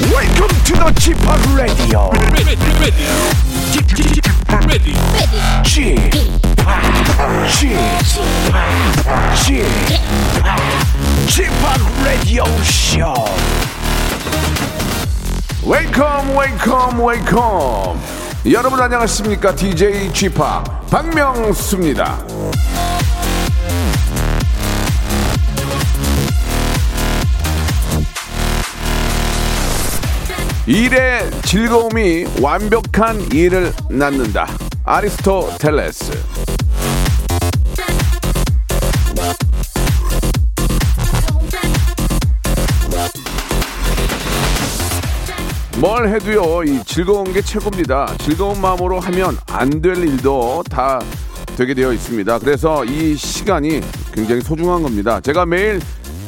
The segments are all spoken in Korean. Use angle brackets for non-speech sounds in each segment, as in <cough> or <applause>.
to the Chip Radio. ready, ready, ready, ready. Chip, Chip, Chip, Radio Show. 웨이컴 웨이컴 웨이컴 여러분 안녕하십니까 DJ g p 박명수입니다 일의 즐거움이 완벽한 일을 낳는다 아리스토텔레스 뭘 해도요 이 즐거운 게 최고입니다 즐거운 마음으로 하면 안 될 일도 다 되게 되어 있습니다 그래서 이 시간이 굉장히 소중한 겁니다 제가 매일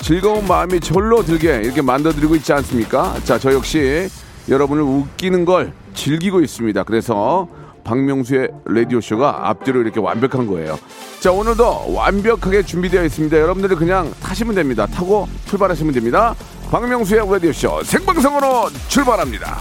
즐거운 마음이 절로 들게 이렇게 만들어드리고 있지 않습니까 자 저 역시 여러분을 웃기는 걸 즐기고 있습니다 그래서 박명수의 라디오쇼가 앞뒤로 이렇게 완벽한 거예요 자 오늘도 완벽하게 준비되어 있습니다 여러분들이 그냥 타시면 됩니다 타고 출발하시면 됩니다 박명수의 라디오쇼 생방송으로 출발합니다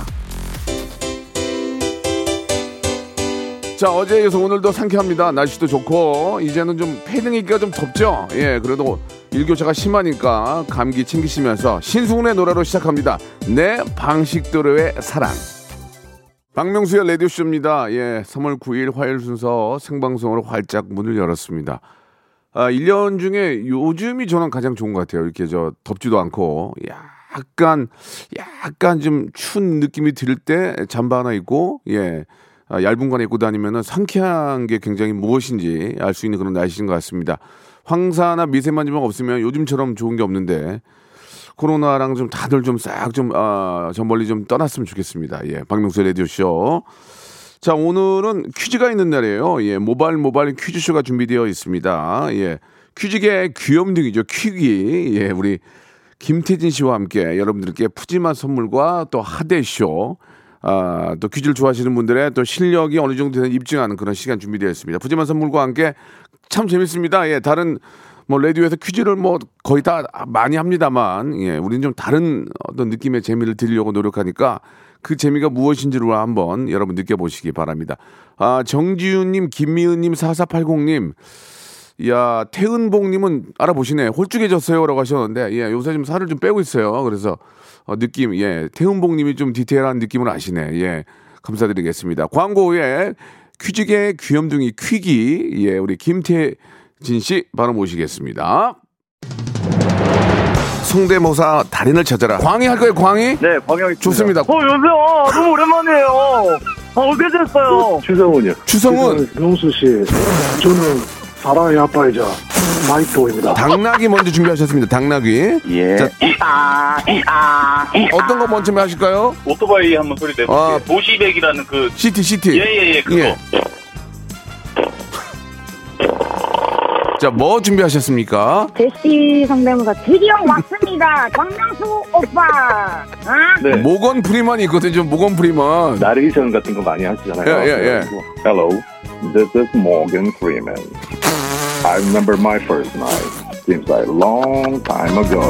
자 어제에 이어서 오늘도 상쾌합니다. 날씨도 좋고 이제는 좀 패딩이기가 좀 덥죠. 예 그래도 일교차가 심하니까 감기 챙기시면서 신승훈의 노래로 시작합니다. 내 방식대로의 사랑. 박명수의 라디오쇼입니다. 예 3월 9일 화요일 순서 생방송으로 활짝 문을 열었습니다. 아, 1년 중에 요즘이 저는 가장 좋은 것 같아요. 이렇게 저 덥지도 않고 약간 약간 좀 추운 느낌이 들 때 잠바 하나 입고 예 아, 얇은 거 하나 입고 다니면은 상쾌한 게 굉장히 무엇인지 알 수 있는 그런 날씨인 것 같습니다. 황사나 미세먼지만 없으면 요즘처럼 좋은 게 없는데 코로나랑 좀 다들 좀 싹 좀 아, 저 멀리 좀 떠났으면 좋겠습니다. 예, 박명수 라디오 쇼. 자, 오늘은 퀴즈가 있는 날이에요. 예, 모바일 모바일 퀴즈쇼가 준비되어 있습니다. 예, 퀴즈계 귀염둥이죠. 퀴기. 예, 우리 김태진 씨와 함께 여러분들께 푸짐한 선물과 또 하대쇼, 아, 또 퀴즈를 좋아하시는 분들의 또 실력이 어느 정도 되는 입증하는 그런 시간 준비되어 있습니다. 푸짐한 선물과 함께 참 재밌습니다. 예, 다른 뭐 라디오에서 퀴즈를 뭐 거의 다 많이 합니다만, 예, 우리는 좀 다른 어떤 느낌의 재미를 드리려고 노력하니까 그 재미가 무엇인지를 한번 여러분 느껴보시기 바랍니다. 아, 정지윤님, 김미은님, 4480님, 야 태은봉님은 알아보시네. 홀쭉해졌어요라고 하셨는데, 예, 요새 좀 살을 좀 빼고 있어요. 그래서 어, 느낌, 예, 태은봉님이 좀 디테일한 느낌을 아시네. 예, 감사드리겠습니다. 광고 후에 퀴즈계 귀염둥이 퀴기, 예, 우리 김태진 씨 바로 모시겠습니다. 성대모사 달인을 찾아라. 광희 할 거예요, 광희? 네, 광영이 좋습니다. 어, 요새 어, 너무 오랜만이에요. 아, 어떻게 됐어요? 추성훈이요. 추성훈, 네, 명수 씨, 저는 사랑의 아빠이자 마이토입니다. 당나귀 먼저 준비하셨습니다. 당나귀. 예. 자, 어떤 거 먼저 하실까요? 오토바이 한번 소리 내볼게요. 아. 도시백이라는 그 시티 시티. 예예예 그거. 예. 자, 뭐 준비하셨습니까? 제시 성대모사 드디어 왔습니다. 강명수 오빠. 아, 네. 모건 프리먼이 있거든요. 좀 모건 프리먼. 나레이션 같은 거 많이 하시잖아요. 예, 예, 예. 그래가지고, Hello, this is Morgan Freeman. I remember my first night. Seems like long time ago.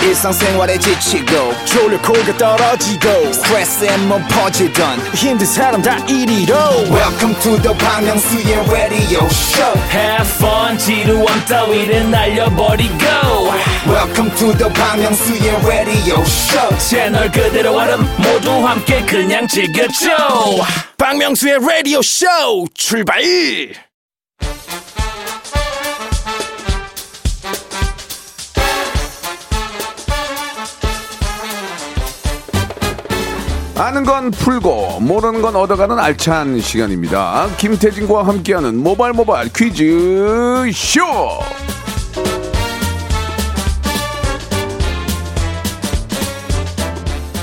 일상생활에 지치고, 졸려 코가 떨어지고, 스트레스에 몸 퍼지던, 힘든 사람 다 이리로. welcome to the Bang Myung-soo's radio show Have fun 지루함 따위를 날려버리고 welcome to the Bang Myung-soo's radio show 채널 그대로 얼음 모두 함께 그냥 즐겨줘 박명수의 라디오 쇼 출발 아는 건 풀고 모르는 건 얻어가는 알찬 시간입니다. 김태진과 함께하는 모발 모발 퀴즈 쇼.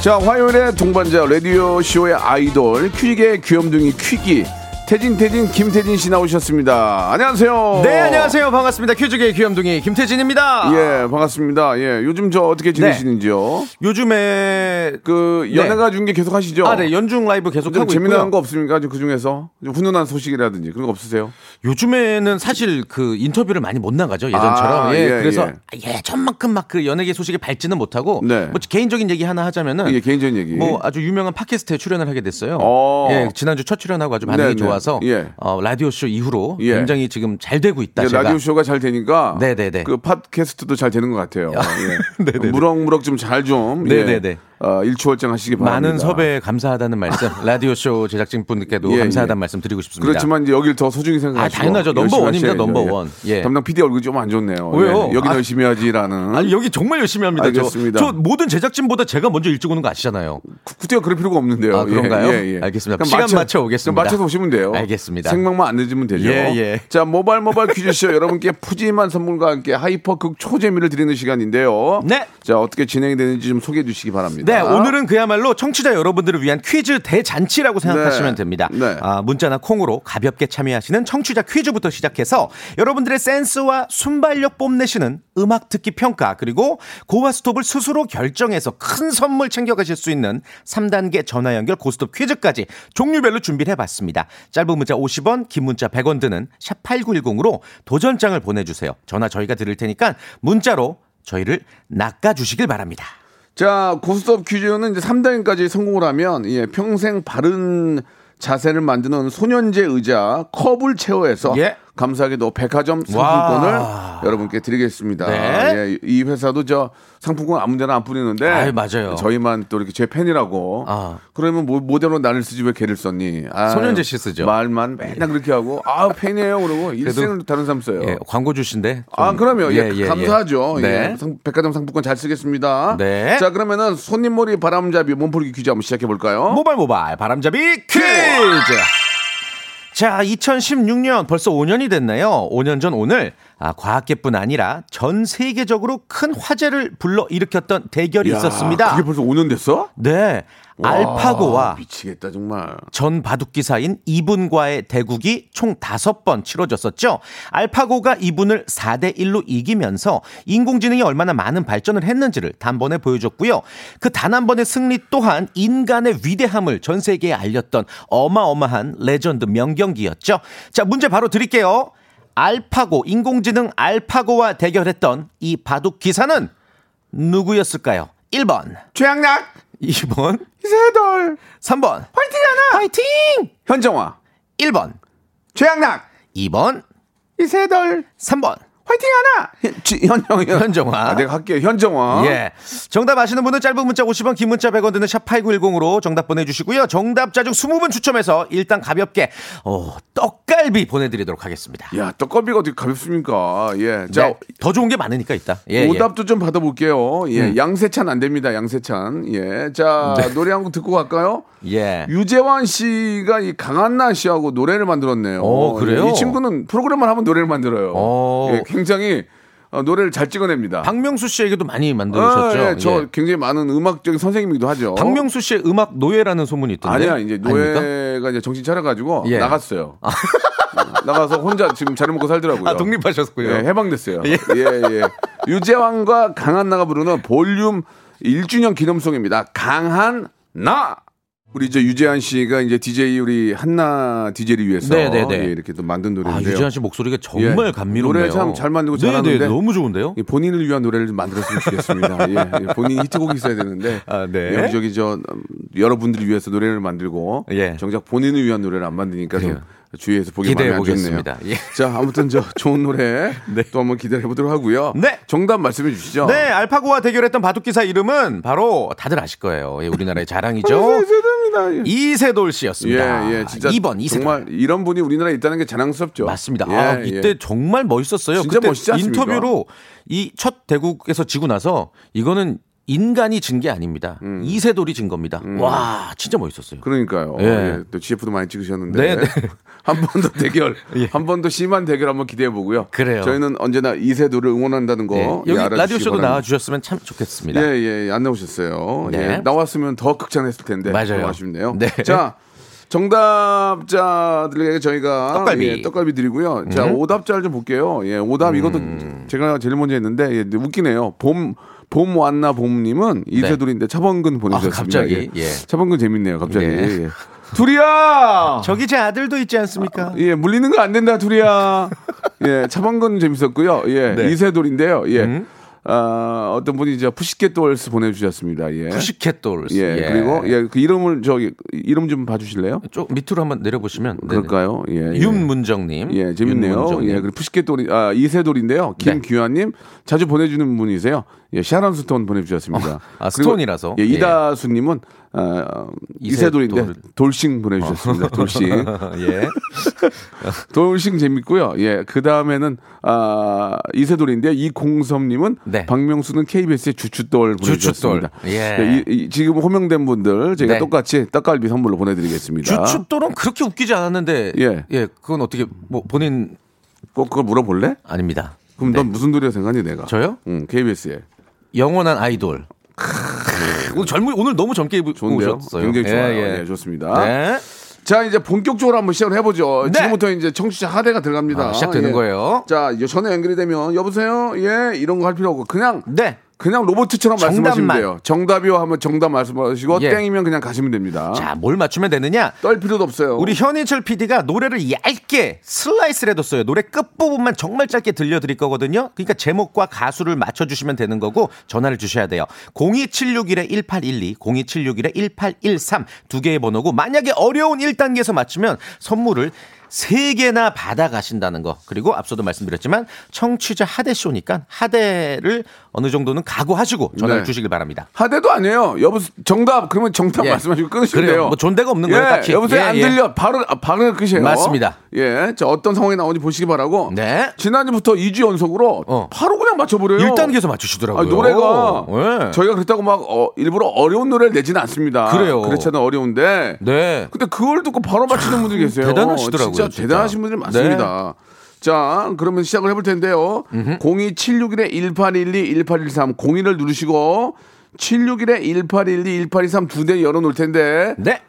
자 화요일에 동반자 라디오 쇼의 아이돌 퀴즈의 귀염둥이 퀴기 태진 태진 김태진 씨 나오셨습니다. 안녕하세요. 네, 안녕하세요. 반갑습니다. 큐즈계의 귀염둥이 김태진입니다. 예, 반갑습니다. 예, 요즘 저 어떻게 네. 지내시는지요? 요즘에 그 네. 연애가 준 게 계속 하시죠? 아, 네. 연중 라이브 계속 좀 하고 재미난 있고요. 거 없습니까? 그 중에서 좀 훈훈한 소식이라든지 그런 거 없으세요? 요즘에는 사실 그 인터뷰를 많이 못 나가죠. 예전처럼. 아, 예, 예, 그래서 예. 전만큼 막 그 연예계 소식에 밝지는 못하고 네. 뭐 개인적인 얘기 하나 하자면은 이게 개인적인 얘기. 뭐 아주 유명한 팟캐스트에 출연을 하게 됐어요. 어. 예, 지난주 첫 출연하고 아주 반응이 네, 네. 좋아서 예. 어, 라디오 쇼 이후로 예. 굉장히 지금 잘 되고 있다. 이제 아, 제가. 라디오 쇼가 잘 되니까 네네네. 그 팟캐스트도 잘 되는 것 같아요. 예. <laughs> 네네네. 무럭무럭 좀 잘 좀. 네네네. 예. 어, 일취월장 하시기 바랍니다. 많은 섭외 <laughs> 감사하다는 말씀 라디오 쇼 제작진 분들께도 예, 감사하다는 예. 말씀 드리고 싶습니다. 그렇지만 이제 여길 더 소중히 생각하시고 아, 당연하죠. 열심히 넘버원입니다, 하셔야죠. 넘버원. 예. 담당 PD 얼굴이 좀 안 좋네요. 예. 왜요? 여기 아, 열심히 하지라는. 아니 여기 정말 열심히 합니다. 저- 알겠습니다. 저, 모든 제작진보다 제가 먼저 일찍 오는 거 아시잖아요. 구- 구태여 그럴 필요가 없는데요. 예, 아, 그런가요? 알겠습니다. 그럼 시간 맞춰 오겠습니다. 그럼 맞춰서 오시면 돼요. 알겠습니다. 생방만 안 늦으면 되죠. 예, 예. 자, 모발 모발 퀴즈쇼 <laughs> 여러분께 푸짐한 선물과 함께 하이퍼 극 초재미를 드리는 시간인데요. 네. 자, 어떻게 진행이 되는지 좀 소개해 주시기 바랍니다. 네, 오늘은 그야말로 청취자 여러분들을 위한 퀴즈 대잔치라고 생각하시면 됩니다. 네. 아, 문자나 콩으로 가볍게 참여하시는 청취자 퀴즈부터 시작해서 여러분들의 센스와 순발력 뽐내시는 음악 듣기 평가 그리고 고와 스톱을 스스로 결정해서 큰 선물 챙겨가실 수 있는 3단계 전화 연결 고스톱 퀴즈까지 종류별로 준비를 해봤습니다. 짧은 문자 50원, 긴 문자 100원 드는 샵 8910으로 도전장을 보내주세요. 전화 저희가 드릴 테니까 문자로 저희를 낚아주시길 바랍니다. 자, 고스톱 퀴즈는 이제 3단까지 성공을 하면 예, 평생 바른 자세를 만드는 소년제 의자 컵을 채워해서 예. 감사하게도 백화점 상품권을 와. 여러분께 드리겠습니다. 네. 예, 이 회사도 저 상품권 아무데나 안 뿌리는데 아유, 맞아요. 저희만 또 이렇게 제 팬이라고 아. 그러면 뭐, 모델로 나를 쓰지 왜 걔를 썼니? 아유, 소년제 씨 쓰죠. 말만 맨날 그렇게 하고 아 팬이에요 그러고 일생을 다른 사람 써요. 예, 광고 주신데. 어. 아, 좀- 그럼요. 예, 예, 예, 감사하죠. 예. 예. 네. 상- 백화점 상품권 잘 쓰겠습니다. 네. 자, 그러면은 손님몰이 바람잡이 몸풀기 퀴즈 한번 시작해 볼까요? 모발 모발 바람잡이 퀴즈. 자, 2016년 벌써 5년이 됐네요. 5년 전 오늘 아, 과학계뿐 아니라 전 세계적으로 큰 화제를 불러 일으켰던 대결이 있었습니다. 그게 벌써 5년 됐어? 네, 아, 알파고와 미치겠다 정말. 전 바둑기사인 이분과의 대국이 총 다섯 번 치러졌었죠. 알파고가 이분을 4대1로 이기면서 인공지능이 얼마나 많은 발전을 했는지를 단번에 보여줬고요. 그 단 한 번의 승리 또한 인간의 위대함을 전 세계에 알렸던 어마어마한 레전드 명경기였죠. 자, 문제 바로 드릴게요. 알파고, 인공지능 알파고와 대결했던 이 바둑기사는 누구였을까요? 1번. 최양락 2번. 세돌 3번. 화이팅 하나. 화이팅. 현정화 1번. 최양락 2번, 이세돌 3번. 화이팅 하나. 현- 지- 현정 현- 현정화. 아, 내가 할게요 현정화. 예. 정답 아시는 분은 짧은 문자 50원, 긴 문자 100원 드는 샵 8910으로 정답 보내주시고요. 정답자 중 20분 추첨해서 일단 가볍게, 어, 떡갈비 보내드리도록 하겠습니다. 야 떡갈비가 어떻게 가볍습니까? 예. 자. 네, 더 좋은 게 많으니까 있다. 예. 예. 오답도 좀 받아볼게요. 예, 양세찬 안 됩니다. 양세찬. 예, 자 노래 한 곡 듣고 갈까요? 예. 유재환 씨가 이 강한나 씨하고 노래를 만들었네요. 예, 어, 그래요? 이 친구는 프로그램만 하면 노래를 만들어요. 어. 예, 굉장히 어, 노래를 잘 찍어냅니다. 박명수 씨에게도 많이 만들어주셨죠. 아, 예, 저 예. 굉장히 많은 음악적인 선생님이기도 하죠. 박명수 씨의 음악 노예라는 소문이 있던데. 아니야 이제 아닙니까? 노예가 이제 정신 차려가지고 예. 나갔어요. 나가서 혼자 지금 잘 먹고 살더라고요. 아, 독립하셨고요. 예, 해방됐어요. 예, 예. 유재환과 강한나가 부르는 볼륨 1주년 기념송입니다. 강한나! 우리 이제 유재환 씨가 이제 DJ 우리 한나 DJ를 위해서 네네네. 예, 이렇게 또 만든 아, 노래인데요. 유재환 씨 목소리가 정말 예. 감미롭네요. 노래 참 잘 만들고 네네, 잘하는데. 너무 좋은데요? 이 본인을 위한 노래를 좀 만들었으면 좋겠습니다. 예, 예, 본인 히트곡이 있어야 되는데 아, 네. 예, 여기저기 저 음, 여러분들을 위해서 노래를 만들고 예. 정작 본인을 위한 노래를 안 만드니까 좀 그래요. 주의해서 보기 많이 기대해 안 좋네요. 보겠습니다. 예. 자 아무튼 저 좋은 노래 <laughs> 네. 또 한번 기대해 보도록 하고요. 네. 정답 말씀해 주시죠. 네, 알파고와 대결했던 바둑기사 이름은 바로 다들 아실 거예요. 예, 우리나라의 <laughs> 자랑이죠. 죄송합니다. 예. 이세돌 씨였습니다. 예, 예, 진짜 2번 이세돌. 정말 이런 분이 우리나라에 있다는 게 자랑스럽죠. 맞습니다. 예, 아, 이때 예. 정말 멋있었어요. 진짜 그때 멋있지 않습니까? 인터뷰로 이 첫 대국에서 지고 나서 이거는 인간이 진 게 아닙니다. 이세돌이 진 겁니다. 와, 진짜 음. 멋있었어요. 그러니까요. 예. 예, 또 GF도 많이 찍으셨는데 네, 예. 네. <laughs> 한 번 더 <laughs> 대결, 한 번 더 심한 대결 한번 기대해 보고요. 그래요. 저희는 언제나 이세돌을 응원한다는 거 예, 예, 여기 알아주시기 라디오 쇼도 바랍니다. 나와 주셨으면 참 좋겠습니다. 예, 예, 안 나오셨어요. 네. 예, 나왔으면 더 극찬했을 텐데 맞아요. 좀 아쉽네요. 네. 자, 정답자들에게 저희가 떡갈비. 음. 예, 떡갈비 드리고요. 자, 오답자를 좀 볼게요. 예, 오답 이것도 제가 제일 먼저 했는데 예, 근데 웃기네요. 봄, 봄 왔나 봄님은 이세돌인데 차범근 보내주셨습니다. 네. 아, 갑자기? 예. 차범근 재밌네요. 갑자기. 네. 예. 둘이야. 저기 제 아들도 있지 않습니까? 예, 물리는 거 안 된다, 둘이야. 예, 차범근 재밌었고요. 예, 네. 음. 이세돌인데요. 예. 아, 어떤 분이 이제 푸시켓돌스 보내주셨습니다. 예. 푸시켓돌. 예, 그리고 예, 그 이름을 저기 이름 좀 봐주실래요? 쪽 밑으로 한번 내려보시면 네네. 그럴까요? 예, 예. 윤문정님. 예, 재밌네요. 윤문정님. 예, 그리고 푸시켓돌이 아 이세돌인데요. 네. 김규환님 자주 보내주는 분이세요. 예, 샤론 스톤 보내주셨습니다. 그리고, 아, 스톤이라서. 예, 예. 이다수님은 아, 이세돌인데 이세돌. 어. 돌싱 보내주셨습니다. <laughs> 돌싱. 예. 돌싱 재밌고요. 예, 그 다음에는 아 이세돌인데 이공섭님은 네. 박명수는 KBS의 주춧돌 보내주셨습니다. 네, 주춧돌. 예. 이- 이- 지금 호명된 분들 저희가 네. 똑같이 떡갈비 선물로 보내드리겠습니다. 주춧돌은 그렇게 웃기지 않았는데 예. 예. 그건 어떻게 뭐 본인 꼭 그걸 물어볼래? 아닙니다. 그럼 넌 무슨 돌이라 생각하니 내가? 저요? 응, KBS에. 영원한 아이돌. 오늘 젊은 오늘 너무 젊게 입으- 좋은데요? 오셨어요. 굉장히 예, 좋아요. 예. 예, 좋습니다. 네. 자, 이제 본격적으로 한번 시작을 해보죠. 네. 지금부터 이제 청취자 하대가 들어갑니다. 아, 시작되는 예. 거예요. 자, 이제 전에 연결이 되면 여보세요? 예, 이런 거 할 필요 없고 그냥 네. 그냥 로봇처럼 정답만. 말씀하시면 돼요. 정답이요 하면 정답 말씀하시고 예. 땡이면 그냥 가시면 됩니다. 자, 뭘 맞추면 되느냐? 떨 필요도 없어요. 우리 현인철 PD가 노래를 얇게 슬라이스를 해뒀어요. 노래 끝부분만 정말 짧게 들려드릴 거거든요. 그러니까 제목과 가수를 맞춰주시면 되는 거고 전화를 주셔야 돼요. 02761-1812, 02761-1813 두 개의 번호고 만약에 어려운 1단계에서 맞추면 선물을 세개나 받아가신다는 거. 그리고 앞서도 말씀드렸지만 청취자 하대쇼니까 하대를 어느 정도는 각오하시고 전화를 네. 주시길 바랍니다. 하대도 아니에요. 여보 정답 그러면 정답 예. <laughs> 말씀하시고 끊으시면 그래요. 돼요. 뭐 존대가 없는 거예요, 예, 딱히. 여보세요 예, 안 예. 들려. 바로 아, 바로 끝이에요. 맞습니다. 예, 자 어떤 상황이 나오는지 보시기 바라고. 네. 지난주부터 2주 연속으로 어. 바로 그냥 맞춰버려요. 1단계에서 아, 맞추시더라고요. 노래가 예. 저희가 그렇다고 막 어, 일부러 어려운 노래를 내지는 않습니다. 그래요. 그렇지 않아 어려운데. 네. 근데 그걸 듣고 바로 맞히는 분들 계세요. 대단하시더라고요, 진짜, 진짜. 네. 대단하신 분들이 많습니다. 자, 그러면 시작을 해볼 텐데요. 02761-1812, 1813, 01을 누르시고, 761-1812, 1823 두 대 열어놓을 텐데, 네.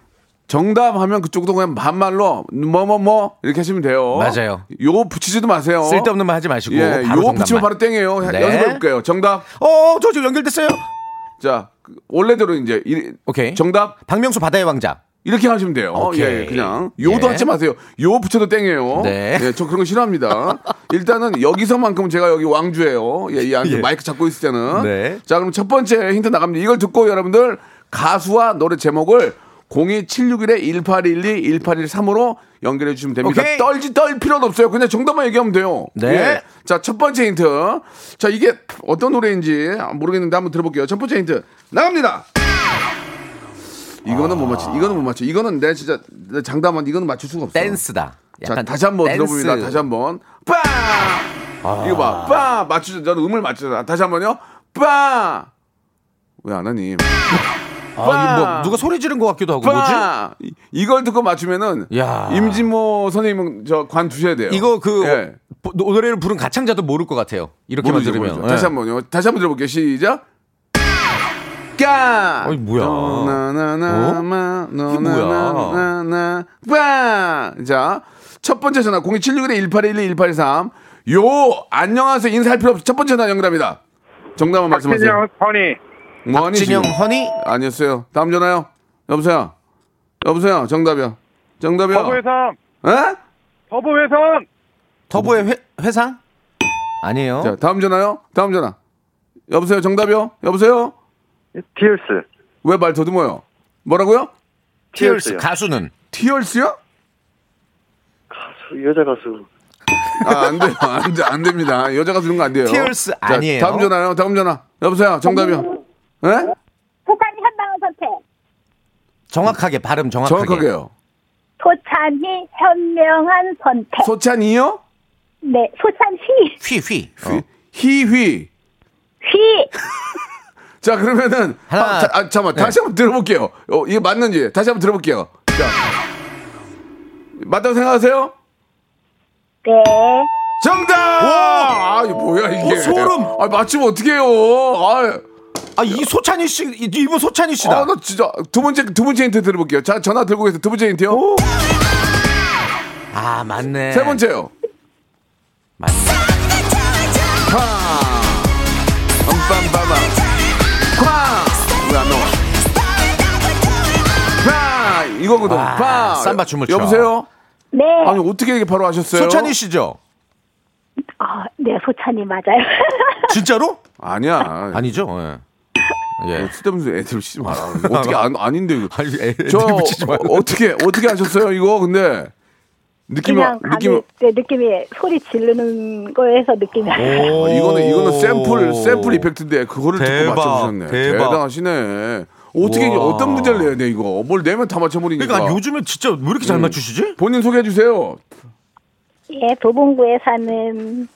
정답 하면 그쪽도 그냥 반말로, 뭐, 뭐, 뭐, 이렇게 하시면 돼요. 맞아요. 요 붙이지도 마세요. 쓸데없는 말 하지 마시고 예, 바로 요 붙이면 정답만. 바로 땡이에요. 네. 연습해볼게요. 정답. 어, 저 지금 연결됐어요. 자, 그 원래대로 이제, 이- 오케이. 정답. 박명수 바다의 왕자. 이렇게 하시면 돼요. 오케이. 예, 예, 그냥 요도 예. 하지 마세요. 요 붙여도 땡이에요. 네. 예, 저 그런 거 싫어합니다. 일단은 여기서만큼 제가 여기 왕주예요. 예, 이 안- 마이크 잡고 있을 때는. 네. 자, 그럼 첫 번째 힌트 나갑니다. 이걸 듣고 여러분들 가수와 노래 제목을 02761-1812, 1813으로 연결해 주시면 됩니다. 오케이. 떨지 떨 필요도 없어요. 그냥 정답만 얘기하면 돼요. 예. 네. 자, 첫 번째 힌트. 자, 이게 어떤 노래인지 모르겠는데 한번 들어볼게요. 첫 번째 힌트 나갑니다. 이거는 못 맞추. 이거는 못 맞추. 이거는 내 진짜 내 장담한 이거는 맞출 수가 없어. 아. 댄스다. 자, 다시 한번 댄스. 아. 들어봅니다. 다시 한번. 빠! 이거 봐. 빠! 맞추죠. 저는 음을 맞추잖아. 다시 한번요. 빠! 왜 안 하니? 아, 이거 뭐 누가 소리 지른 것 같기도 하고 뭐지? 빠! 이- 이걸 듣고 맞추면은 야. 임진모 선생님은 저 관두셔야 돼요. 이거 그 예. 보- 노래를 부른 가창자도 모를 것 같아요. 이렇게만 모르죠, 들으면. 모르죠. 다시 예. 한번요. 다시 한번 들어볼게요. 시작. 까. 어이, 뭐야. 어? 이게 뭐야. 나나나나나나나 자, 첫 번째 전화 02761에 1812 1813. 요 안녕하세요. 인사할 필요 없어. 첫 번째 전화 연결합니다. 정답만 말씀하세요. 허니. 뭐니 진영 지금? 허니 아니었어요. 다음 전화요. 여보세요. 여보세요. 정답이요. 정답이요. 회삼. 에? 서부 회삼. 터보의 회, 회상? 아니에요. 자, 다음 전화요. 다음 전화. 여보세요. 정답이요. 여보세요. 티얼스. 왜 말 더듬어요? 뭐라고요? 티얼스 가수는 티얼스요? 그 여자 가수. 아, 안 돼요. 안, 돼, 안 됩니다. 여자가 들은 거 안 돼요. 티얼스 자, 아니에요. 다음 전화요. 다음 전화. 여보세요. 정답이요. 예? 토찬이 현명한 선택. 정확하게 발음 정확하게. 정확하게요. 토찬이 현명한 선택. 소찬이요? 네, 소찬 휘. 휘휘. 어. 휘- 히휘. 휘. 자, 그러면은 하나. 아, 네. 자, 아, 잠깐만. 다시 한번 들어볼게요. 어, 이게 맞는지 다시 한번 들어볼게요. 자. 맞다고 생각하세요? 네. 정답! 아, 이거 뭐야 이게? 어, 소름! 아, 맞추면 어떡해요? 아, 아, 이 소찬희 씨, 이- 이분 소찬희 씨다. 아, 나 진짜 두 번째 두 번째 힌트 들어볼게요. 자, 전화 들고 계세요. 두 번째 힌트요. 아, 맞네. 세 번째요. 맞네. 파. 빰빰빠바. 파. 왜안 나와? 파. 이거거든. 와, 파. 아, 삼바 춤을 춰. 여보세요? 네. 아니, 어떻게 이게 바로 아셨어요? 소찬희 씨죠? 아, 네, 소찬이 맞아요. 진짜로? 아니야. 네. 아니죠. 예. 예. 쓸데없는 애들 치지 마라. 어떻게 안, 아닌데 이거. 아니, 애들 저 네, 붙이지 어, 말고. 어떻게 어떻게 아셨어요? 이거 근데 <laughs> 느낌이 그냥 감이, 느낌 네, 느낌이, 소리 지르는 거에서 느낌이 와요. 오. 아, 이거는 이거는 샘플 샘플 이펙트인데 그거를 듣고 대박, 맞춰주셨네. 대박. 대단하시네. 어떻게 이제 우와. 어떤 문제를 내야 돼 이거? 뭘 내면 다 맞춰버리니까. 그러니까 요즘에 진짜 왜 이렇게 잘 맞추시지? 본인 소개해 주세요. <laughs> 예, 도봉구에 사는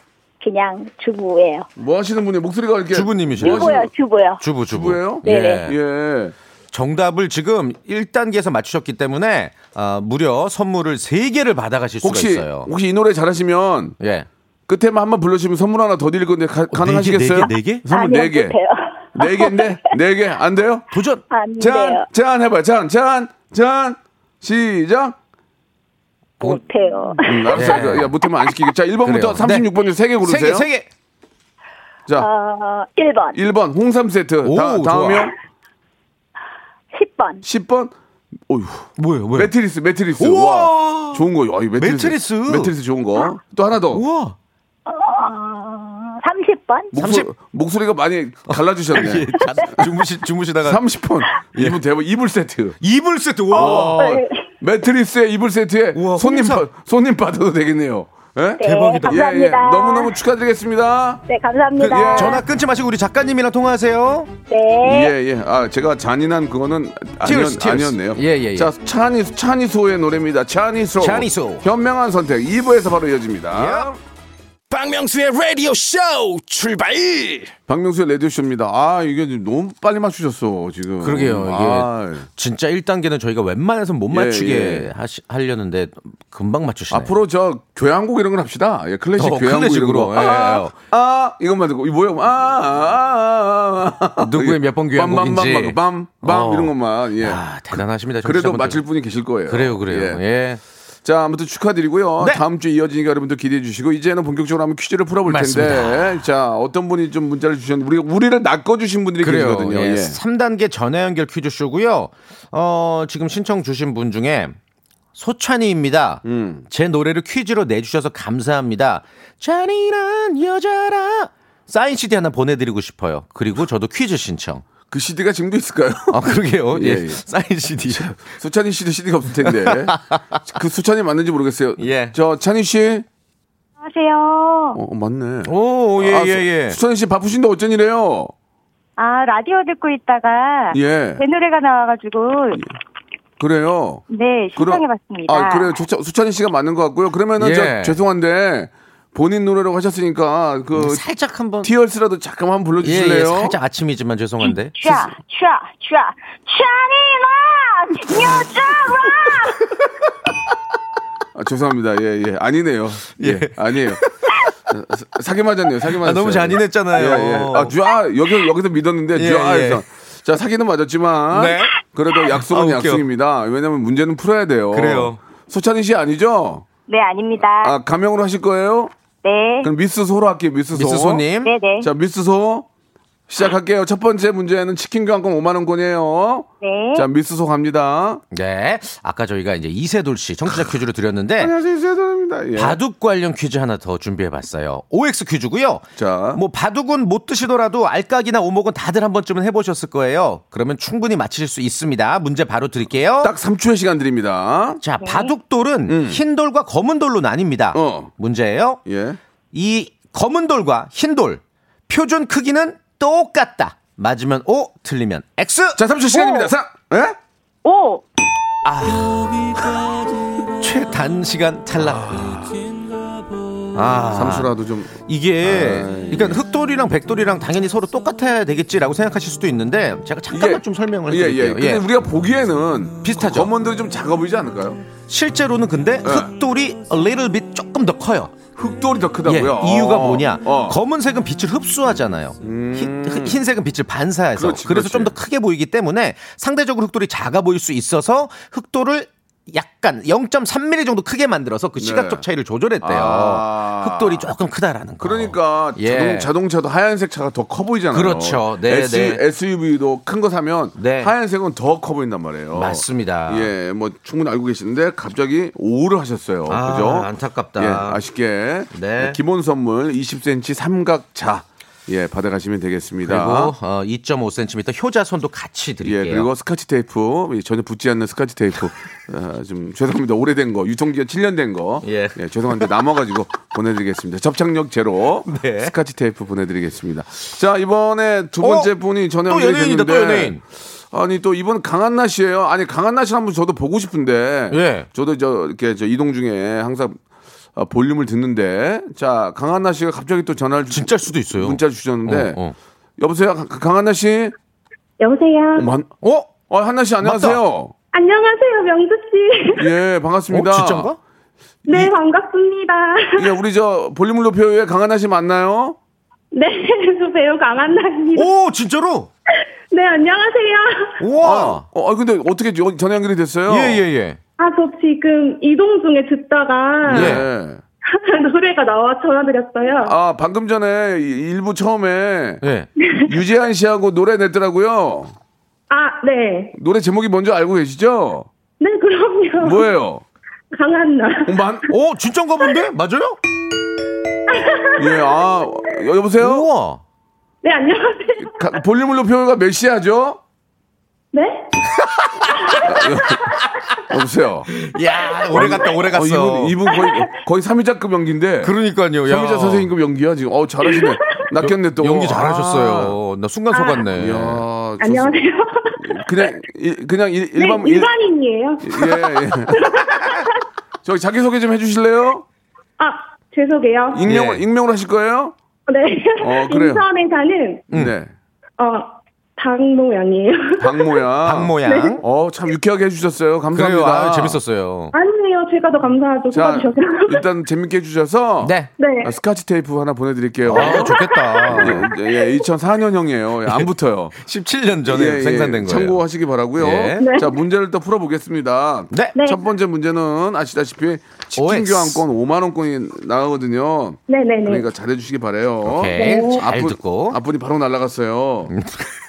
그냥 주부예요. 뭐 하시는 분이 목소리가 예. 이렇게 주부님이시네요. 뭐 하시는 주부요, 주부요. 주부, 주부. 주부예요? 예. 네. 예. 정답을 지금 1단계에서 맞추셨기 때문에 아, 무려 선물을 3개를 받아가실 수가 혹시 있어요. 혹시 이 노래 잘하시면 예. 끝에만 한번 불러주시면 선물 하나 더 드릴 건데 가, 능하시겠어요 네 개, 네 개? 선물 아니요, 네 개. 못해요. <laughs> 네 개인데 네 개 안 돼요? 도전! 안 돼요. 짠, 짠 해봐요. 짠, 짠, 짠. 시작. 못해요. 음, 알았어. 네. 야, 못하면 안 시키게. 자, 그래요. 1번부터 네. 36번 중에 3개 세 개, 고르세요. 세 개. 자, 어, 1번, 1번 홍삼 세트. 오, 다, 다음이요. 좋아. 10번. 10번. 어휴. 뭐예요, 뭐예요? 매트리스, 매트리스. 우와. 와. 좋은 거. 야, 이 매트리스. 매트리스. 매트리스 좋은 거. 또 하나 더. 우와! 어, 30번? 목소, 목소리가 많이 <laughs> 예, 갈라주셨네. 예. 주무시, 주무시다가 30분. 예. 이분 대박. 이불 세트. 이불 세트, 어. 와! 네, 매트리스에 이불 세트에 우와, 손님, 홍삼. 받- 손님 받아도 되겠네요. 예? 대박이다. 감사합니다. 예, 예. 너무너무 축하드리겠습니다. 네, 감사합니다. 그, 예, 전화 끊지 마시고 우리 작가님이랑 통화하세요. 어? 네. 예, 예. 아, 제가 잔인한 그거는 Tears, 아니었, tears. 아니었네요. 예, 예, 예. 자, 차니, 차니소의 노래입니다. 차니소. 차니소. 현명한 선택. 2부에서 바로 이어집니다. 예. 박명수의 라디오 쇼 출발 박명수의 레디오쇼입니다. 아, 이게 지금 너무 빨리 맞추셨어, 지금. 그러게요, 이게. 네. 아, 진짜 1단계는 저희가 웬만해서 못 맞추게 예. 하시, 하려는데 금방 맞추시네요. 앞으로 저 교향곡 이런 건 합시다. 예, 클래식 어, 교향곡 클래식으로. 이런 거. 아, 예, 예. 아, 이것만 듣고 이 뭐야? 아, 아, 아, 아. 누구의 몇번 교향곡인지. 빰빰빰빰 빰, 빰 어. 이런 것만. 예. 아, 대단하십니다. 그래도 청취자분들. 맞힐 분이 계실 거예요. 그래요, 그래요. 예. 예. 자, 아무튼 축하드리고요. 네. 다음 주에 이어지니까 여러분들 기대해 주시고 이제는 본격적으로 한번 퀴즈를 풀어볼 텐데. 맞습니다. 자, 어떤 분이 좀 문자를 주셨는데 우리 우리를 낚아 주신 분들이 그래요. 계시거든요. 예. 예. 3단계 전화 연결 퀴즈쇼고요. 어, 지금 신청 주신 분 중에 소찬이입니다. 음. 제 노래를 퀴즈로 내주셔서 감사합니다. 찬이란 여자라. 사인 CD 하나 보내드리고 싶어요. 그리고 저도 퀴즈 신청. 그 CD가 지금도 있을까요? <laughs> 아, 그러게요. 예. 예, 예. 사인 CD. 수찬이 씨도 CD가 없을 텐데. 그 수찬이 맞는지 모르겠어요. 예. 저 찬이 씨. 안녕하세요. 어, 맞네. 오, 예, 아, 예, 예. 수- 수찬이 씨 바쁘신데 어쩐 일이에요? 아, 라디오 듣고 있다가 예. 제 노래가 나와가지고 그래요. 네 그럼- 신청해봤습니다. 아, 그래요. 수찬- 수찬이 씨가 맞는 것 같고요. 그러면은 예. 저 죄송한데 본인 노래라고 하셨으니까 그 음, 살짝 한번 티얼스라도 잠깐만 한번 불러 예, 예, 주실래요? 음. 살짝 아침이지만 죄송한데. 쥐야, 쥐야, 쥐야, 쥐야니나 여자라. 아, 죄송합니다. 예, 예. 아니네요. 예. 아니에요. 사- 사기 맞았네요. 사기 맞았어요. 아, 너무 잔인했잖아요. 예, 예. 아, 쥐아 여기 여기서 믿었는데 예, 쥐아 예. 해서. 자, 사기는 맞았지만 네. 그래도 약속은 아, 웃겨. 약속입니다. 왜냐면 문제는 풀어야 돼요. 그래요. 소찬이 씨 아니죠? 네 아닙니다. 아, 가명으로 하실 거예요? 네, 그럼 미스 소로 할게요. 미스 소. 미스 손님. 네, 네, 자, 미스 소 시작할게요. 첫 번째 문제는 치킨 교환권 5만 원권이에요. 네. 자, 미스 소 갑니다. 네. 아까 저희가 이제 이세돌 씨 청취자 퀴즈를 드렸는데 <laughs> 안녕하세요. 세선입니다. 예. 바둑 관련 퀴즈 하나 더 준비해봤어요. OX 퀴즈고요. 자. 뭐 바둑은 못 드시더라도 알까기나 오목은 다들 한 번쯤은 해보셨을 거예요. 그러면 충분히 맞히실 수 있습니다. 문제 바로 드릴게요. 딱 3초의 시간 드립니다. 자, 바둑돌은 흰 돌과 검은 돌로 나뉩니다. 어. 문제예요. 예. 이 검은 돌과 흰 돌 표준 크기는 똑같다. 맞으면 O, 틀리면 X. 자, 3초 시간입니다. 사, 예? 아. 오, 최단 시간 탈락. 아, 3초라도 좀. 이게 아이. 예. 그러니까 흑돌이랑 백돌이랑 당연히 서로 똑같아야 되겠지라고 생각하실 수도 있는데 제가 잠깐만 좀 설명을 예, 예. 해드릴게요. 근데 예. 우리가 보기에는 비슷하죠? 검은들이 좀 작아 보이지 않을까요? 예. 실제로는 근데 흑돌이 a little bit 조금 더 커요. 흑돌이 더 크다고요? 예, 이유가 어. 뭐냐? 어. 음. 검은색은 빛을 흡수하잖아요. 흰- 흰색은 빛을 반사해서 그렇지, 그래서 그렇지. 좀 더 크게 보이기 때문에 상대적으로 흑돌이 작아 보일 수 있어서 흑돌을 약간 0.3mm 정도 크게 만들어서 그 시각적 네. 차이를 조절했대요. 아. 흑돌이 조금 크다라는 거. 그러니까 예. 자동, 차도 하얀색 차가 더 커 보이잖아요. 그렇죠. 네, 네. SUV도 큰 거 사면 네. 하얀색은 더 커 보인단 말이에요. 맞습니다. 예, 뭐 충분히 알고 계시는데 갑자기 오를 하셨어요. 아, 그죠? 안타깝다. 예, 아쉽게 네. 기본 선물 20cm 삼각자 예 받아가시면 되겠습니다. 그리고 어, 2.5cm 효자손도 같이 드릴게요. 예, 그리고 스카치 테이프, 예, 전혀 붙지 않는 <laughs> 스카치 테이프. 아, 좀 죄송합니다. 오래된 거, 유통기한 7년 된 거. 예. 죄송한데 <laughs> 남아가지고 보내드리겠습니다. 접착력 제로 네. 스카치 테이프 보내드리겠습니다. 자, 이번에 두 번째 어? 분이 전에 또 연예인이다, 또 연결됐는데 연예인. 아니 또 이번 강한나 씨예요. 아니 강한나 씨 한번 저도 보고 싶은데. 예. 저도 저 이렇게 저 이동 중에 항상 아, 볼륨을 듣는데 자 강한나 씨가 갑자기 또 전화를 주, 진짜일 수도 있어요. 문자 주셨는데 어, 여보세요 강- 강한나 씨. 여보세요. 어, 만- 어? 어? 어, 한나 씨 안녕하세요. 안녕하세요, 명수 씨. <laughs> 예, 반갑습니다. 어, 진짠가? 네, 반갑습니다. 예, 우리 저 볼륨을 높여요의 강한나 씨 맞나요? 네, <laughs> 저 배우 강한나입니다. 오, 진짜로? 네, 안녕하세요. 우와. 아, 어, 아, 근데 어떻게 저- 전화 연결이 됐어요? 예, 예, 예. 아, 저 지금 이동 중에 듣다가 예. 노래가 나와 전화드렸어요. 아, 방금 전에 이- 일부 처음에 <laughs> 예. 유재한 씨하고 노래 냈더라고요. 아, 네. 노래 제목이 뭔지 알고 계시죠? 네, 그럼요. 뭐예요? 강한나. 어, 만, 오, 진짠가 본데? 맞아요? 예, 아, 여- 여보세요? 우와. 네, 안녕하세요. 가- 볼륨을 높여요가 몇 시야죠? 네? 아, 여보세요? 야, 오래 갔다, 오래 어, 갔어. 이분, 이분 거의, 거의 3위자급 연기인데. 그러니까요. 야. 삼위자 선생님급 연기야, 지금. 어, 잘하시네. 낚였네, 또. 아, 연기 잘하셨어요. 예. 나 순간 속았네. 이야, 좋습니다. 안녕하세요. 그냥 일, 그냥 일, 네, <laughs> 일반 일- 일반인이에요. 예, <laughs> 예. 저기 자기 소개 좀 해주실래요? 아, 죄송해요. 익명 예. 익명으로 하실 거예요? 네. 어, 그래요. 인천에 사는, 음. 네. 어, 박노연이에요. <laughs> 박모야. 박모양. 어, 참 유쾌하게 해주셨어요. 감사합니다. 그래요. 아, 재밌었어요. 아니에요. 제가 더 감사하죠. 자, 뽑아주셔서. 일단 재밌게 해주셔서 네. 어, <laughs> 네. 아, 스카치 테이프 하나 보내드릴게요. 아, 좋겠다. 예, 예, 2004년형이에요. 예, 안 붙어요. 17년 <laughs> 전에 예, 예, 생산된 거예요. 참고하시기 바라고요. 예. 네. 자 문제를 또 풀어보겠습니다. 네. 네. 첫 번째 문제는 아시다시피 치킨 OX. 교환권 5만 원권이 나가거든요. 네네네. 네. 그러니까 잘해주시기 바래요. 오케이. 어, 잘 듣고. 음. 앞분이 바로 날아갔어요.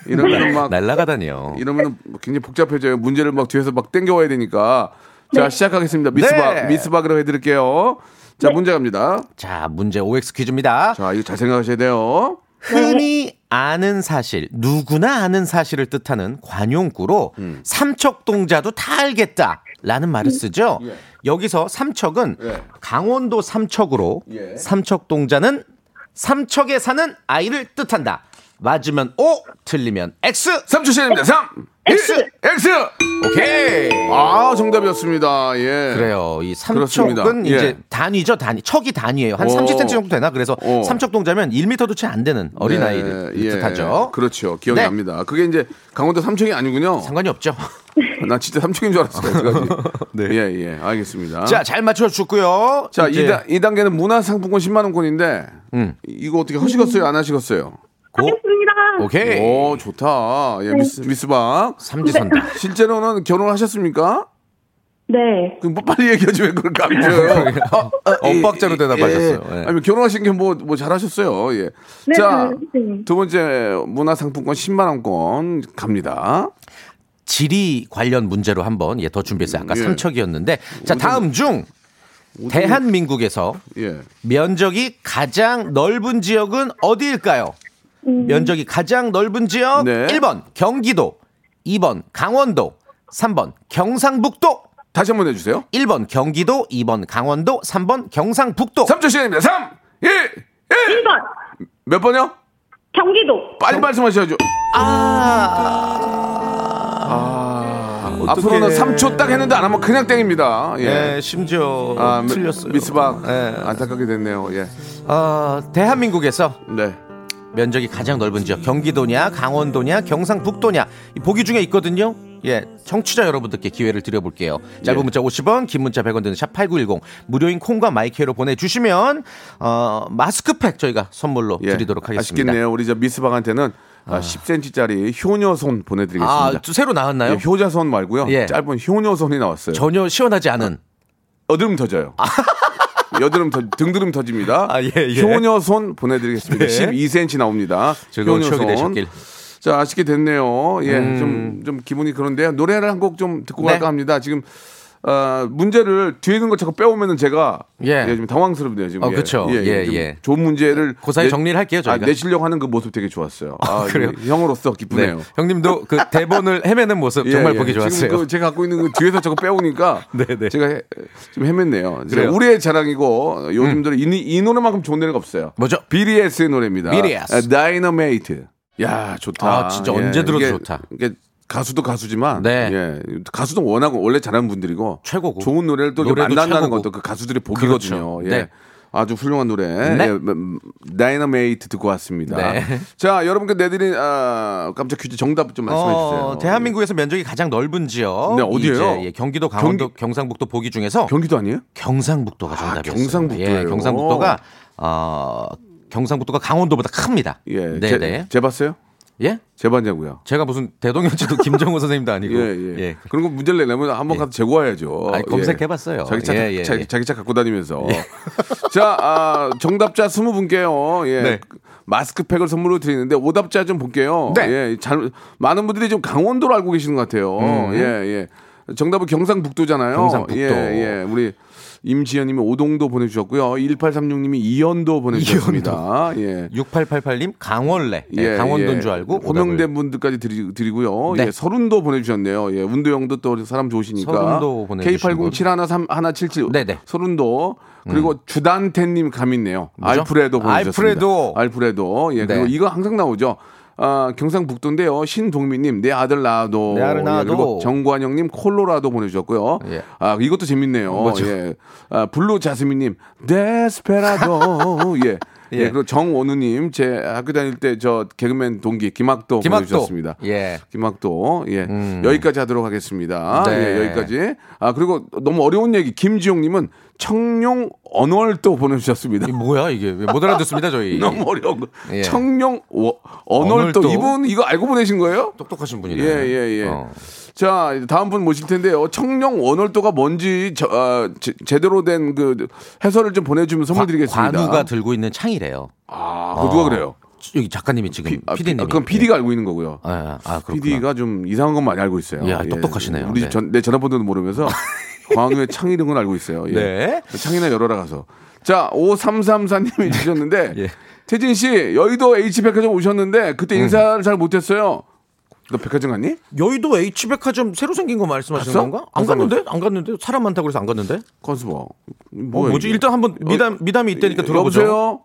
이러면 <laughs> 막 날라가다니요. 이러면 굉장히 복잡해져요. 문제를 막 뒤에서 막 땡겨와야 되니까. 자 시작하겠습니다. 미스박 네. 미스박이라고 해드릴게요. 자 문제 갑니다. 자, 문제 OX 퀴즈입니다. 자 이거 잘 생각하셔야 돼요. 흔히 아는 사실, 누구나 아는 사실을 뜻하는 관용구로 음. 삼척동자도 다 알겠다. 라는 말을 쓰죠. 여기서 삼척은 음. 예. 강원도 삼척으로 예. 삼척동자는 삼척에 사는 아이를 뜻한다. 맞으면 O, 틀리면 X. 3초 시간입니다. 3 X X 오케이. 아 정답이었습니다. 예. 그래요. 이 그렇습니다. 삼척은 예. 어. 이제 단위죠, 단위. 척이 단위예요. 한 오. 30cm 정도 되나? 그래서 오. 삼척 동자면 1m도 채 안 되는 어린 네, 아이를 어. 예, 뜻하죠. 그렇죠. 기억이 네. 납니다. 그게 이제 강원도 삼척이 아니군요. 상관이 없죠. 나 진짜 삼척인 줄 알았어요. <laughs> 네. 예, 예. 알겠습니다. 자, 잘 맞춰 주고요. 자, 이단이단계는 문화상품권 10만원권인데, 음. 이거 어떻게 하시겠어요? 안 하시겠어요? 하겠습니다. 오케이. 오, 좋다. 예, 미스, 미스박. 예. 삼지선다. 실제로는 결혼하셨습니까? 네. 그럼 뭐 빨리 얘기하지 왜 <laughs> 그걸 감춰요? 아, 예, 엇박자로 대답하셨어요. 예. 아니, 결혼하신 게 뭐, 뭐 잘하셨어요. 예. 네, 자, 네. 두 번째 문화상품권 10만원권 갑니다. 지리 관련 문제로 한번 예, 더 준비했어요. 아까 예. 뭐- 삼척이었는데. 자, 다음 중 대한민국에서 예. 면적이 가장 넓은 지역은 어디일까요? 음. 면적이 가장 넓은 지역 네. 1번 경기도, 2번 강원도, 3번 경상북도, 다시 한번 해주세요. 1번 경기도, 2번 강원도, 3번 경상북도. 3초 시간입니다. 3, 1, 1! 1번, 몇 번이요? 경기도. 빨리 말씀하셔야죠. 아. 앞으로는 3초 딱 했는데 안 하면 그냥 땡입니다. 예. 예, 심지어 아, 미- 틀렸어요. 미스박. 예. 안타깝게 됐네요. 예. 어, 대한민국에서 네. 면적이 가장 넓은 지역 경기도냐, 강원도냐, 경상북도냐 이 보기 중에 있거든요. 예, 청취자 여러분들께 기회를 드려볼게요. 예. 짧은 문자 50원, 긴 문자 100원 드는 샵 8910 무료인 콩과 마이크로 보내주시면 어, 마스크팩 저희가 선물로 예, 드리도록 하겠습니다. 아쉽겠네요. 우리 저 미스방한테는 아. 10cm짜리 효녀손 보내드리겠습니다. 아, 또 새로 나왔나요? 예, 효자손 말고요. 예. 짧은 효녀손이 나왔어요. 전혀 시원하지 않은. 아, <laughs> 여드름 터져요. 여드름 터, 등드름 터집니다. 아, 예, 예. 효녀손 보내드리겠습니다. 네. 12cm 나옵니다. 즐거운 추억이 되셨길. 자, 아쉽게 됐네요. 예, 음. 좀, 좀 기분이 그런데요. 노래를 한 곡 좀 듣고 네. 갈까 합니다. 지금, 어, 문제를 뒤에 있는 거 자꾸 빼오면은 제가 예. 예, 좀 당황스럽네요. 지금. 어, 그쵸. 예, 좀 예. 좋은 문제를. 고사히 정리를 할게요, 아, 저희가. 내시려고 하는 그 모습 되게 좋았어요. 아, 그래요? 형으로서 기쁘네요. 네, 형님도 그 <laughs> 대본을 헤매는 모습 예, 정말 예. 보기 좋았어요. 지금 그 제가 갖고 있는 그 뒤에서 저거 빼오니까 <laughs> 네, 네. 제가 해- 좀 헤맸네요. 그래요. 음. 우리의 자랑이고 요즘 들어 이, 이 노래만큼 좋은 노래가 없어요. 뭐죠? BTS의 노래입니다. BTS. 다이너메이트. 야 좋다. 예, 아, 진짜 언제 들어도 이게- 좋다. 이게 가수도 가수지만 네. 예, 가수도 워낙 원래 잘하는 분들이고 최고고. 좋은 노래를 또 이렇게 노래도 만난다는 최고고. 것도 그 가수들의 복이거든요. 그렇죠. 예. 네. 아주 훌륭한 노래 네. 예, 다이너메이트 듣고 왔습니다. 네. 자 여러분께 내드린 아, 깜짝 퀴즈 정답 좀 말씀해 주세요. 어, 대한민국에서 면적이 가장 넓은 지역. 네, 어디예요? 이제, 예, 경기도, 강원도, 경상북도 보기 중에서 경기도 아니에요? 경상북도가 정답이었어요. 경상북도예요. 예, 경상북도가 어, 경상북도가 강원도보다 큽니다. 예. 네, 네. 제, 재봤어요? 예? 재봤냐고요? 제가 무슨 <laughs> 대동현지도 김정호 선생님도 아니고. 예. 예, 예. 그런 거 문제를 내면 한번 가서 재고해야죠. 예. 아니, 검색해봤어요. 자기 차, 예, 예, 자기, 예. 자기 차 갖고 다니면서. <laughs> 자, 아, 정답자 20분께요. 예. 네. 마스크팩을 선물로 드리는데 오답자 좀 볼게요. 네. 예. 잘, 많은 분들이 좀 강원도를 알고 계시는 것 같아요. 예, 예. 정답은 경상북도잖아요. 음. 경상북도. 예, 예. 우리 임지연 님이 오동도 보내주셨고요. 1836 님이 이연도 보내주셨습니다. 예. 6888님 강원래. 예, 강원도인 줄 알고. 오답을. 호명된 분들까지 드리, 드리고요. 네. 예, 서른도 보내주셨네요. 예, 운도형도 또 사람 좋으시니까. 서른도 보내주신 K807177. 네네. 음. 서른도. 그리고 주단태님 감 있네요. 뭐죠? 알프레도 보내주셨습니다. 알프레도. 알프레도. 예, 그리고 네. 이거 항상 나오죠. 아, 경상북도인데요. 신동민님, 내 아들 낳아도. 내 아들 예, 낳아도. 그리고 정관영님, 콜로라도 보내주셨고요. 예. 아, 이것도 재밌네요. 뭐죠? 예. 아, 블루 자스민님, <laughs> 데스페라도. 예. 예. 예. 그리고 정원우님, 제 학교 다닐 때 저 개그맨 동기 김학도 김학도. 보내주셨습니다. 예. 김학도 예 음. 여기까지 하도록 하겠습니다. 네. 예, 여기까지. 아 그리고 너무 어려운 얘기 김지용님은 청룡 언월도 보내주셨습니다. 이게 뭐야 이게 왜못 알아듣습니다 저희. <laughs> 너무 어려운 거. 예. 청룡 워- 언월도. 언월도. 이분 이거 알고 보내신 거예요? 똑똑하신 예 분이네요. 예예. 어. 자 이제 다음 분 모실 텐데요. 청룡 원월도가 뭔지 저, 아, 제, 제대로 된 그 해설을 좀 보내주면 선물 드리겠습니다. 관우가 들고 있는 창이래요. 아 그거 누가 어. 그래요? 여기 작가님이 지금 아, PD님. 아, 그건 PD가 알고 있는 거고요. 아, 아 그렇구나. PD가 좀 이상한 건 많이 알고 있어요. 예. 야, 똑똑하시네요. 우리 네. 전, 내 <laughs> 전화번호도 모르면서 광우의 창 이런 건 알고 있어요. 예. 네. 창이나 열어라 가서. 자, 5334님이 주셨는데 예. 태진 씨 여의도 H 백화점 오셨는데 그때 음. 인사를 잘 못했어요. 너 백화점 갔니? 여의도 H 백화점 새로 생긴 거 말씀하시는 갔어? 건가? 안 갔어, 갔는데? 안 갔는데? 사람 많다고 그래서 안 갔는데? 건수버. 뭐 뭐 뭐지? 일단 한번 미담 미담이 있다니까 들어보죠. 어, 여보세요.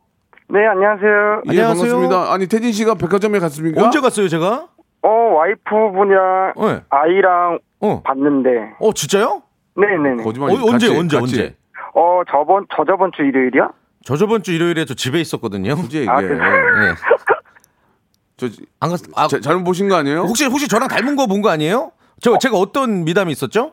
네, 안녕하세요. 예, 안녕하세요. 반갑습니다. 아니 태진 씨가 백화점에 갔습니까? 언제 갔어요, 제가? 어, 와이프분이랑 네. 아이랑 어. 봤는데. 어, 진짜요? 네네네. 거짓말. 어, 언제, 언제, 언제? 어, 저번, 저저번 주 일요일이요? 저 저번 주 일요일에 저 집에 있었거든요. 언제 이게? 아, 그- 예. 저 안 갔. 아, 자- 잘못 보신 거 아니에요? 혹시 혹시 저랑 닮은 거 본 거 아니에요? 저 제가 어떤 미담이 있었죠?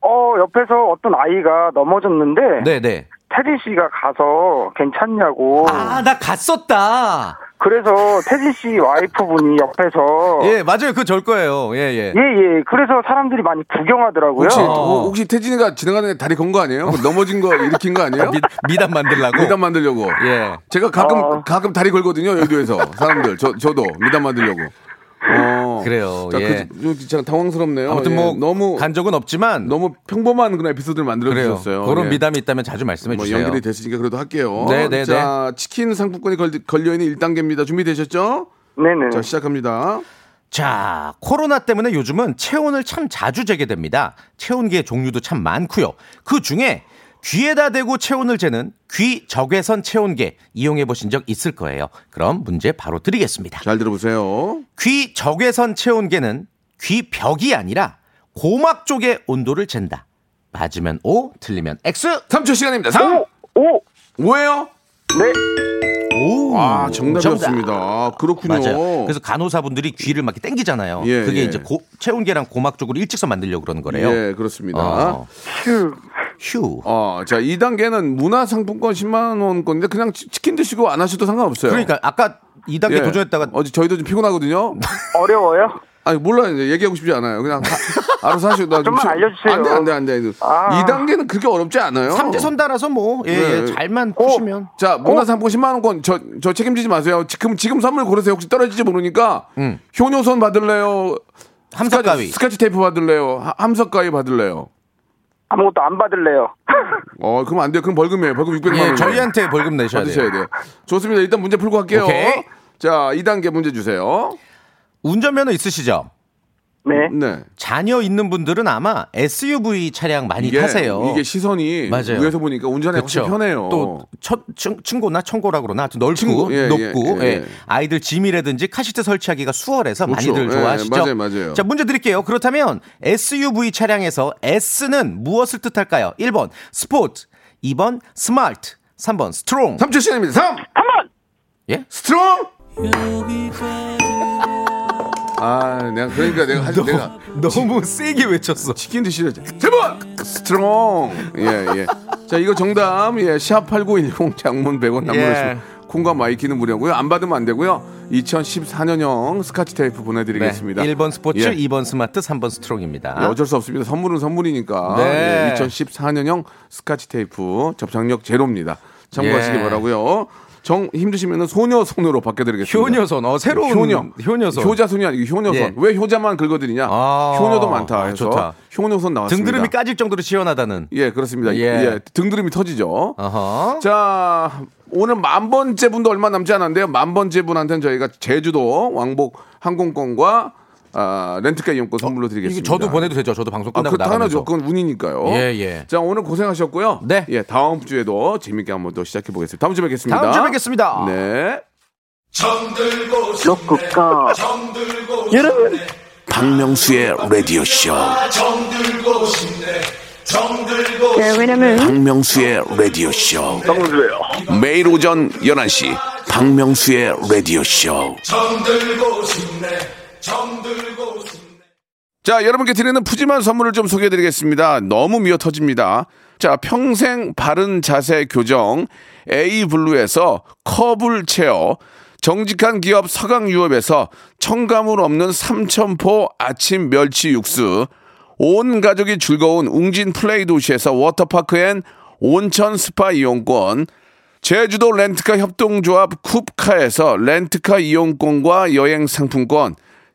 어, 옆에서 어떤 아이가 넘어졌는데. 네, 네. 태진 씨가 가서 어. 괜찮냐고. 아, 나 갔었다. 그래서 태진 씨 와이프분이 옆에서. 어. 예, 맞아요. 그절 거예요. 예, 예. 예, 음? 예. 그래서 사람들이 많이 구경하더라고요. 혹시 어. 어, 혹시 태진이가 지나가는데 다리 건 거 아니에요? 그 넘어진 거 일으킨 거 아니에요? 미, 미담 만들라고. 미담 아, 만들려고. 예. 제가 가끔 어. 가끔 다리 걸거든요 여의도에서 사람들 저 저도 미담 만들려고. 어. 그래요, 자, 예. 그, 저, 참 당황스럽네요. 아무튼 예, 뭐 너무 간 적은 없지만 너무 평범한 그런 에피소드를 만들어 그래요. 주셨어요. 그런 예. 미담이 있다면 자주 말씀해 뭐 주세요. 연결이 됐으니까 그래도 할게요. 네, 네, 자 치킨 상품권이 걸, 걸려 있는 1단계입니다. 준비되셨죠? 네네. 자 시작합니다. 자, 코로나 때문에 요즘은 체온을 참 자주 재게 됩니다. 체온계 종류도 참 많고요. 그 중에 귀에다 대고 체온을 재는 귀 적외선 체온계 이용해 보신 적 있을 거예요. 그럼 문제 바로 드리겠습니다. 잘 들어보세요. 귀 적외선 체온계는 귀 벽이 아니라 고막 쪽의 온도를 잰다. 맞으면 O, 틀리면 X. 3초 시간입니다. 3, 오! 5예요? 네. 오! 오. 아, 정답이었습니다. 아, 그렇군요. 음, 맞아요. 그래서 간호사분들이 귀를 막 이렇게 땡기잖아요. 예, 그게 예. 이제 고- 체온계랑 고막 쪽으로 일직선 만들려고 그러는 거래요. 예, 그렇습니다. 어. 휴. 휴. 어, 자, 2단계는 문화상품권 10만원권인데 그냥 치- 치킨 드시고 안 하셔도 상관없어요. 그러니까 아까 2단계 예. 도전했다가 어제 저희도 <laughs> 좀 피곤하거든요. 어려워요? 아니, 몰라요. 이제 얘기하고 싶지 않아요. 그냥 하- 알아서 하시고. 나 좀만 좀- 알려주세요. 안 돼, 안 돼, 안 돼. 아. 2단계는 그렇게 어렵지 않아요. 삼재선 따라서 뭐 예, 네. 예, 잘만 푸시면 자, 어? 문화상품 10만원권, 저, 저 책임지지 마세요. 지금, 지금 선물 고르세요. 혹시 떨어질지 모르니까. 효녀손 받을래요? 음. 함석가위. 스카치, 스카치 테이프 받을래요? 하- 함석가위 받을래요? 아무것도 안 받을래요. 어, 그럼 안 돼요. 그럼 벌금이에요. 벌금 600만 원. 예, 저희한테 벌금 내셔야 돼요. 받으셔야 돼요. 좋습니다. 일단 문제 풀고 갈게요. 오케이. 자, 2단계 문제 주세요. 운전면허 있으시죠? 네. 네. 자녀 있는 분들은 아마 SUV 차량 많이 타세요. 이게 시선이 맞아요. 위에서 보니까 운전하기 훨씬 그쵸. 편해요. 또 첫, 층, 층고나 청고라 그러나 아무튼 넓고 층고, 예, 높고 예, 예. 예. 아이들 짐이라든지 카시트 설치하기가 수월해서 그렇죠. 많이들 예, 좋아하시죠. 맞아요, 맞아요. 자 문제 드릴게요. 그렇다면 SUV 차량에서 S는 무엇을 뜻할까요? 1번 스포츠, 2번 스마트, 3번 스트롱. 3초 시간입니다. 3! 예? 스트롱! 아, 내가 그러니까 내가 <laughs> 한 내가 너무 <laughs> 세게 외쳤어. 치킨 드시죠. 제발 스트롱. 예, 예. 자, 이거 정답. 예, 샵8910 장문 100원 남문 예. 콩과 마이키는 무료고요. 안 받으면 안 되고요. 2014년형 스카치 테이프 보내 드리겠습니다. 네. 1번 스포츠, 예. 2번 스마트, 3번 스트롱입니다. 예, 어쩔 수 없습니다. 선물은 선물이니까. 네. 2014년형 스카치 테이프 접착력 제로입니다. 참고하시기 예. 바라고요. 정 힘드시면은 소녀 손으로 바꿔드리겠습니다. 효녀선, 어, 새로운 효녀, 효녀선. 효자손이 아니고 효녀선. 예. 왜 효자만 긁어드리냐? 아. 효녀도 많다. 해서 좋다. 효녀선 나왔습니다. 등드름이 까질 정도로 시원하다는. 예, 그렇습니다. 예. 예, 등드름이 터지죠. 어허. 자, 오늘 만 번째 분도 얼마 남지 않았는데요. 만 번째 분한테는 저희가 제주도 왕복 항공권과 아, 렌트카 이용권 선물로 드리겠습니다. 어, 이거 저도 보내도 되죠. 저도 방송 아, 끝나고 그 나가면서. 당연하죠. 그건 운이니까요. 예, 예. 자, 오늘 고생하셨고요. 네. 예, 다음 주에도 재밌게 한번 더 시작해 보겠습니다. 다음 주에 뵙겠습니다. 다음 주에 뵙겠습니다. 네. 좋구까. 여러분, 박명수의 라디오 쇼. 어, 네, 왜냐면 박명수의 라디오 쇼. 정수예요. 매일 오전 11시 박명수의 라디오 쇼. 자, 여러분께 드리는 푸짐한 선물을 좀 소개해 드리겠습니다. 너무 미어 터집니다. 자, 평생 바른 자세 교정 A 블루에서 커블 체어 정직한 기업 서강유업에서 청가물 없는 삼천포 아침 멸치 육수 온 가족이 즐거운 웅진 플레이 도시에서 워터파크 앤 온천 스파 이용권 제주도 렌트카 협동조합 쿱카에서 렌트카 이용권과 여행 상품권,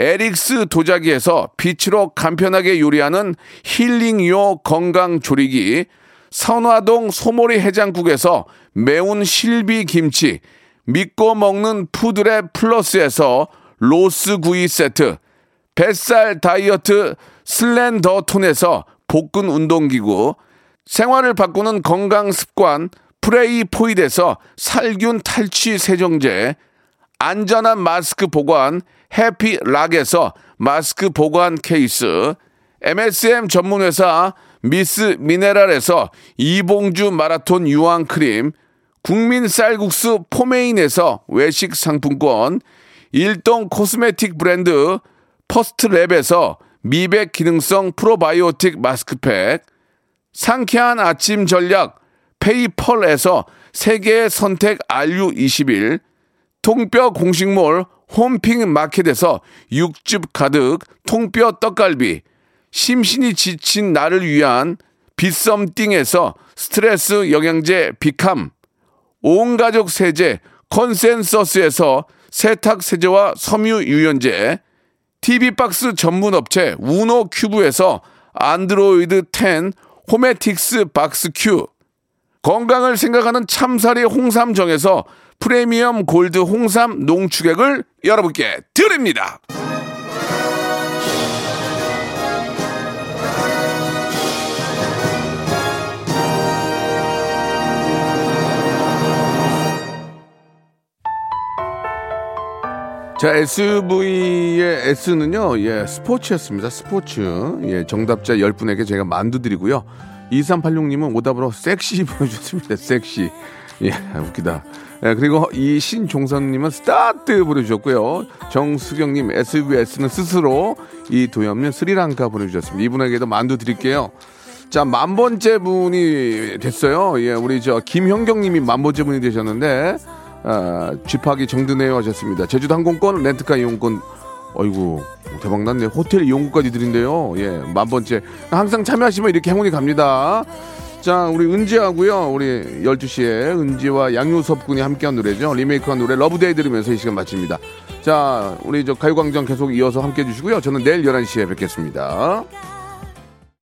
에릭스 도자기에서 빛으로 간편하게 요리하는 힐링요 건강조리기, 선화동 소모리 해장국에서 매운 실비 김치, 믿고 먹는 푸드랩 플러스에서 로스 구이 세트, 뱃살 다이어트 슬렌더 톤에서 복근 운동기구, 생활을 바꾸는 건강 습관 프레이 포이드에서 살균 탈취 세정제, 안전한 마스크 보관 해피락에서 마스크 보관 케이스, MSM 전문회사 미스 미네랄에서 이봉주 마라톤 유황 크림, 국민 쌀국수 포메인에서 외식 상품권, 일동 코스메틱 브랜드 퍼스트랩에서 미백 기능성 프로바이오틱 마스크팩, 상쾌한 아침 전략 페이펄에서 세계 선택 RU21 통뼈 공식몰 홈핑 마켓에서 육즙 가득 통뼈 떡갈비 심신이 지친 나를 위한 비썸띵에서 스트레스 영양제 비캄 온 가족 세제 컨센서스에서 세탁 세제와 섬유 유연제 TV 박스 전문 업체 우노 큐브에서 안드로이드 10 호메틱스 박스 큐 건강을 생각하는 참사리 홍삼정에서 프리미엄 골드 홍삼 농축액을 여러분께 드립니다. 자, SUV의 S는요, 예, 스포츠였습니다. 스포츠. 예, 정답자 10분에게 제가 만두 드리고요. 2386님은 오답으로 섹시 <laughs> 보내주셨습니다. 섹시. 예, 웃기다. 예, 그리고 이 신종선님은 스타트 보내주셨고요. 정수경님 SUV S는 스스로 이 도엽님 스리랑카 보내주셨습니다. 이분에게도 만두 드릴게요. 자, 만 번째 분이 됐어요. 예, 우리 저 김현경 님이 만 번째 분이 되셨는데, 아, 집하기 정드네요 하셨습니다. 제주도 항공권, 렌트카 이용권, 어이구, 대박났네. 호텔 이용권까지 드린대요. 예, 만 번째. 항상 참여하시면 이렇게 행운이 갑니다. 자, 우리 은지하고요. 우리 12시에 은지와 양효섭 군이 함께한 노래죠. 리메이크한 노래 러브데이 들으면서 이 시간 마칩니다. 자, 우리 저 가요광장 계속 이어서 함께 해주시고요. 저는 내일 11시에 뵙겠습니다.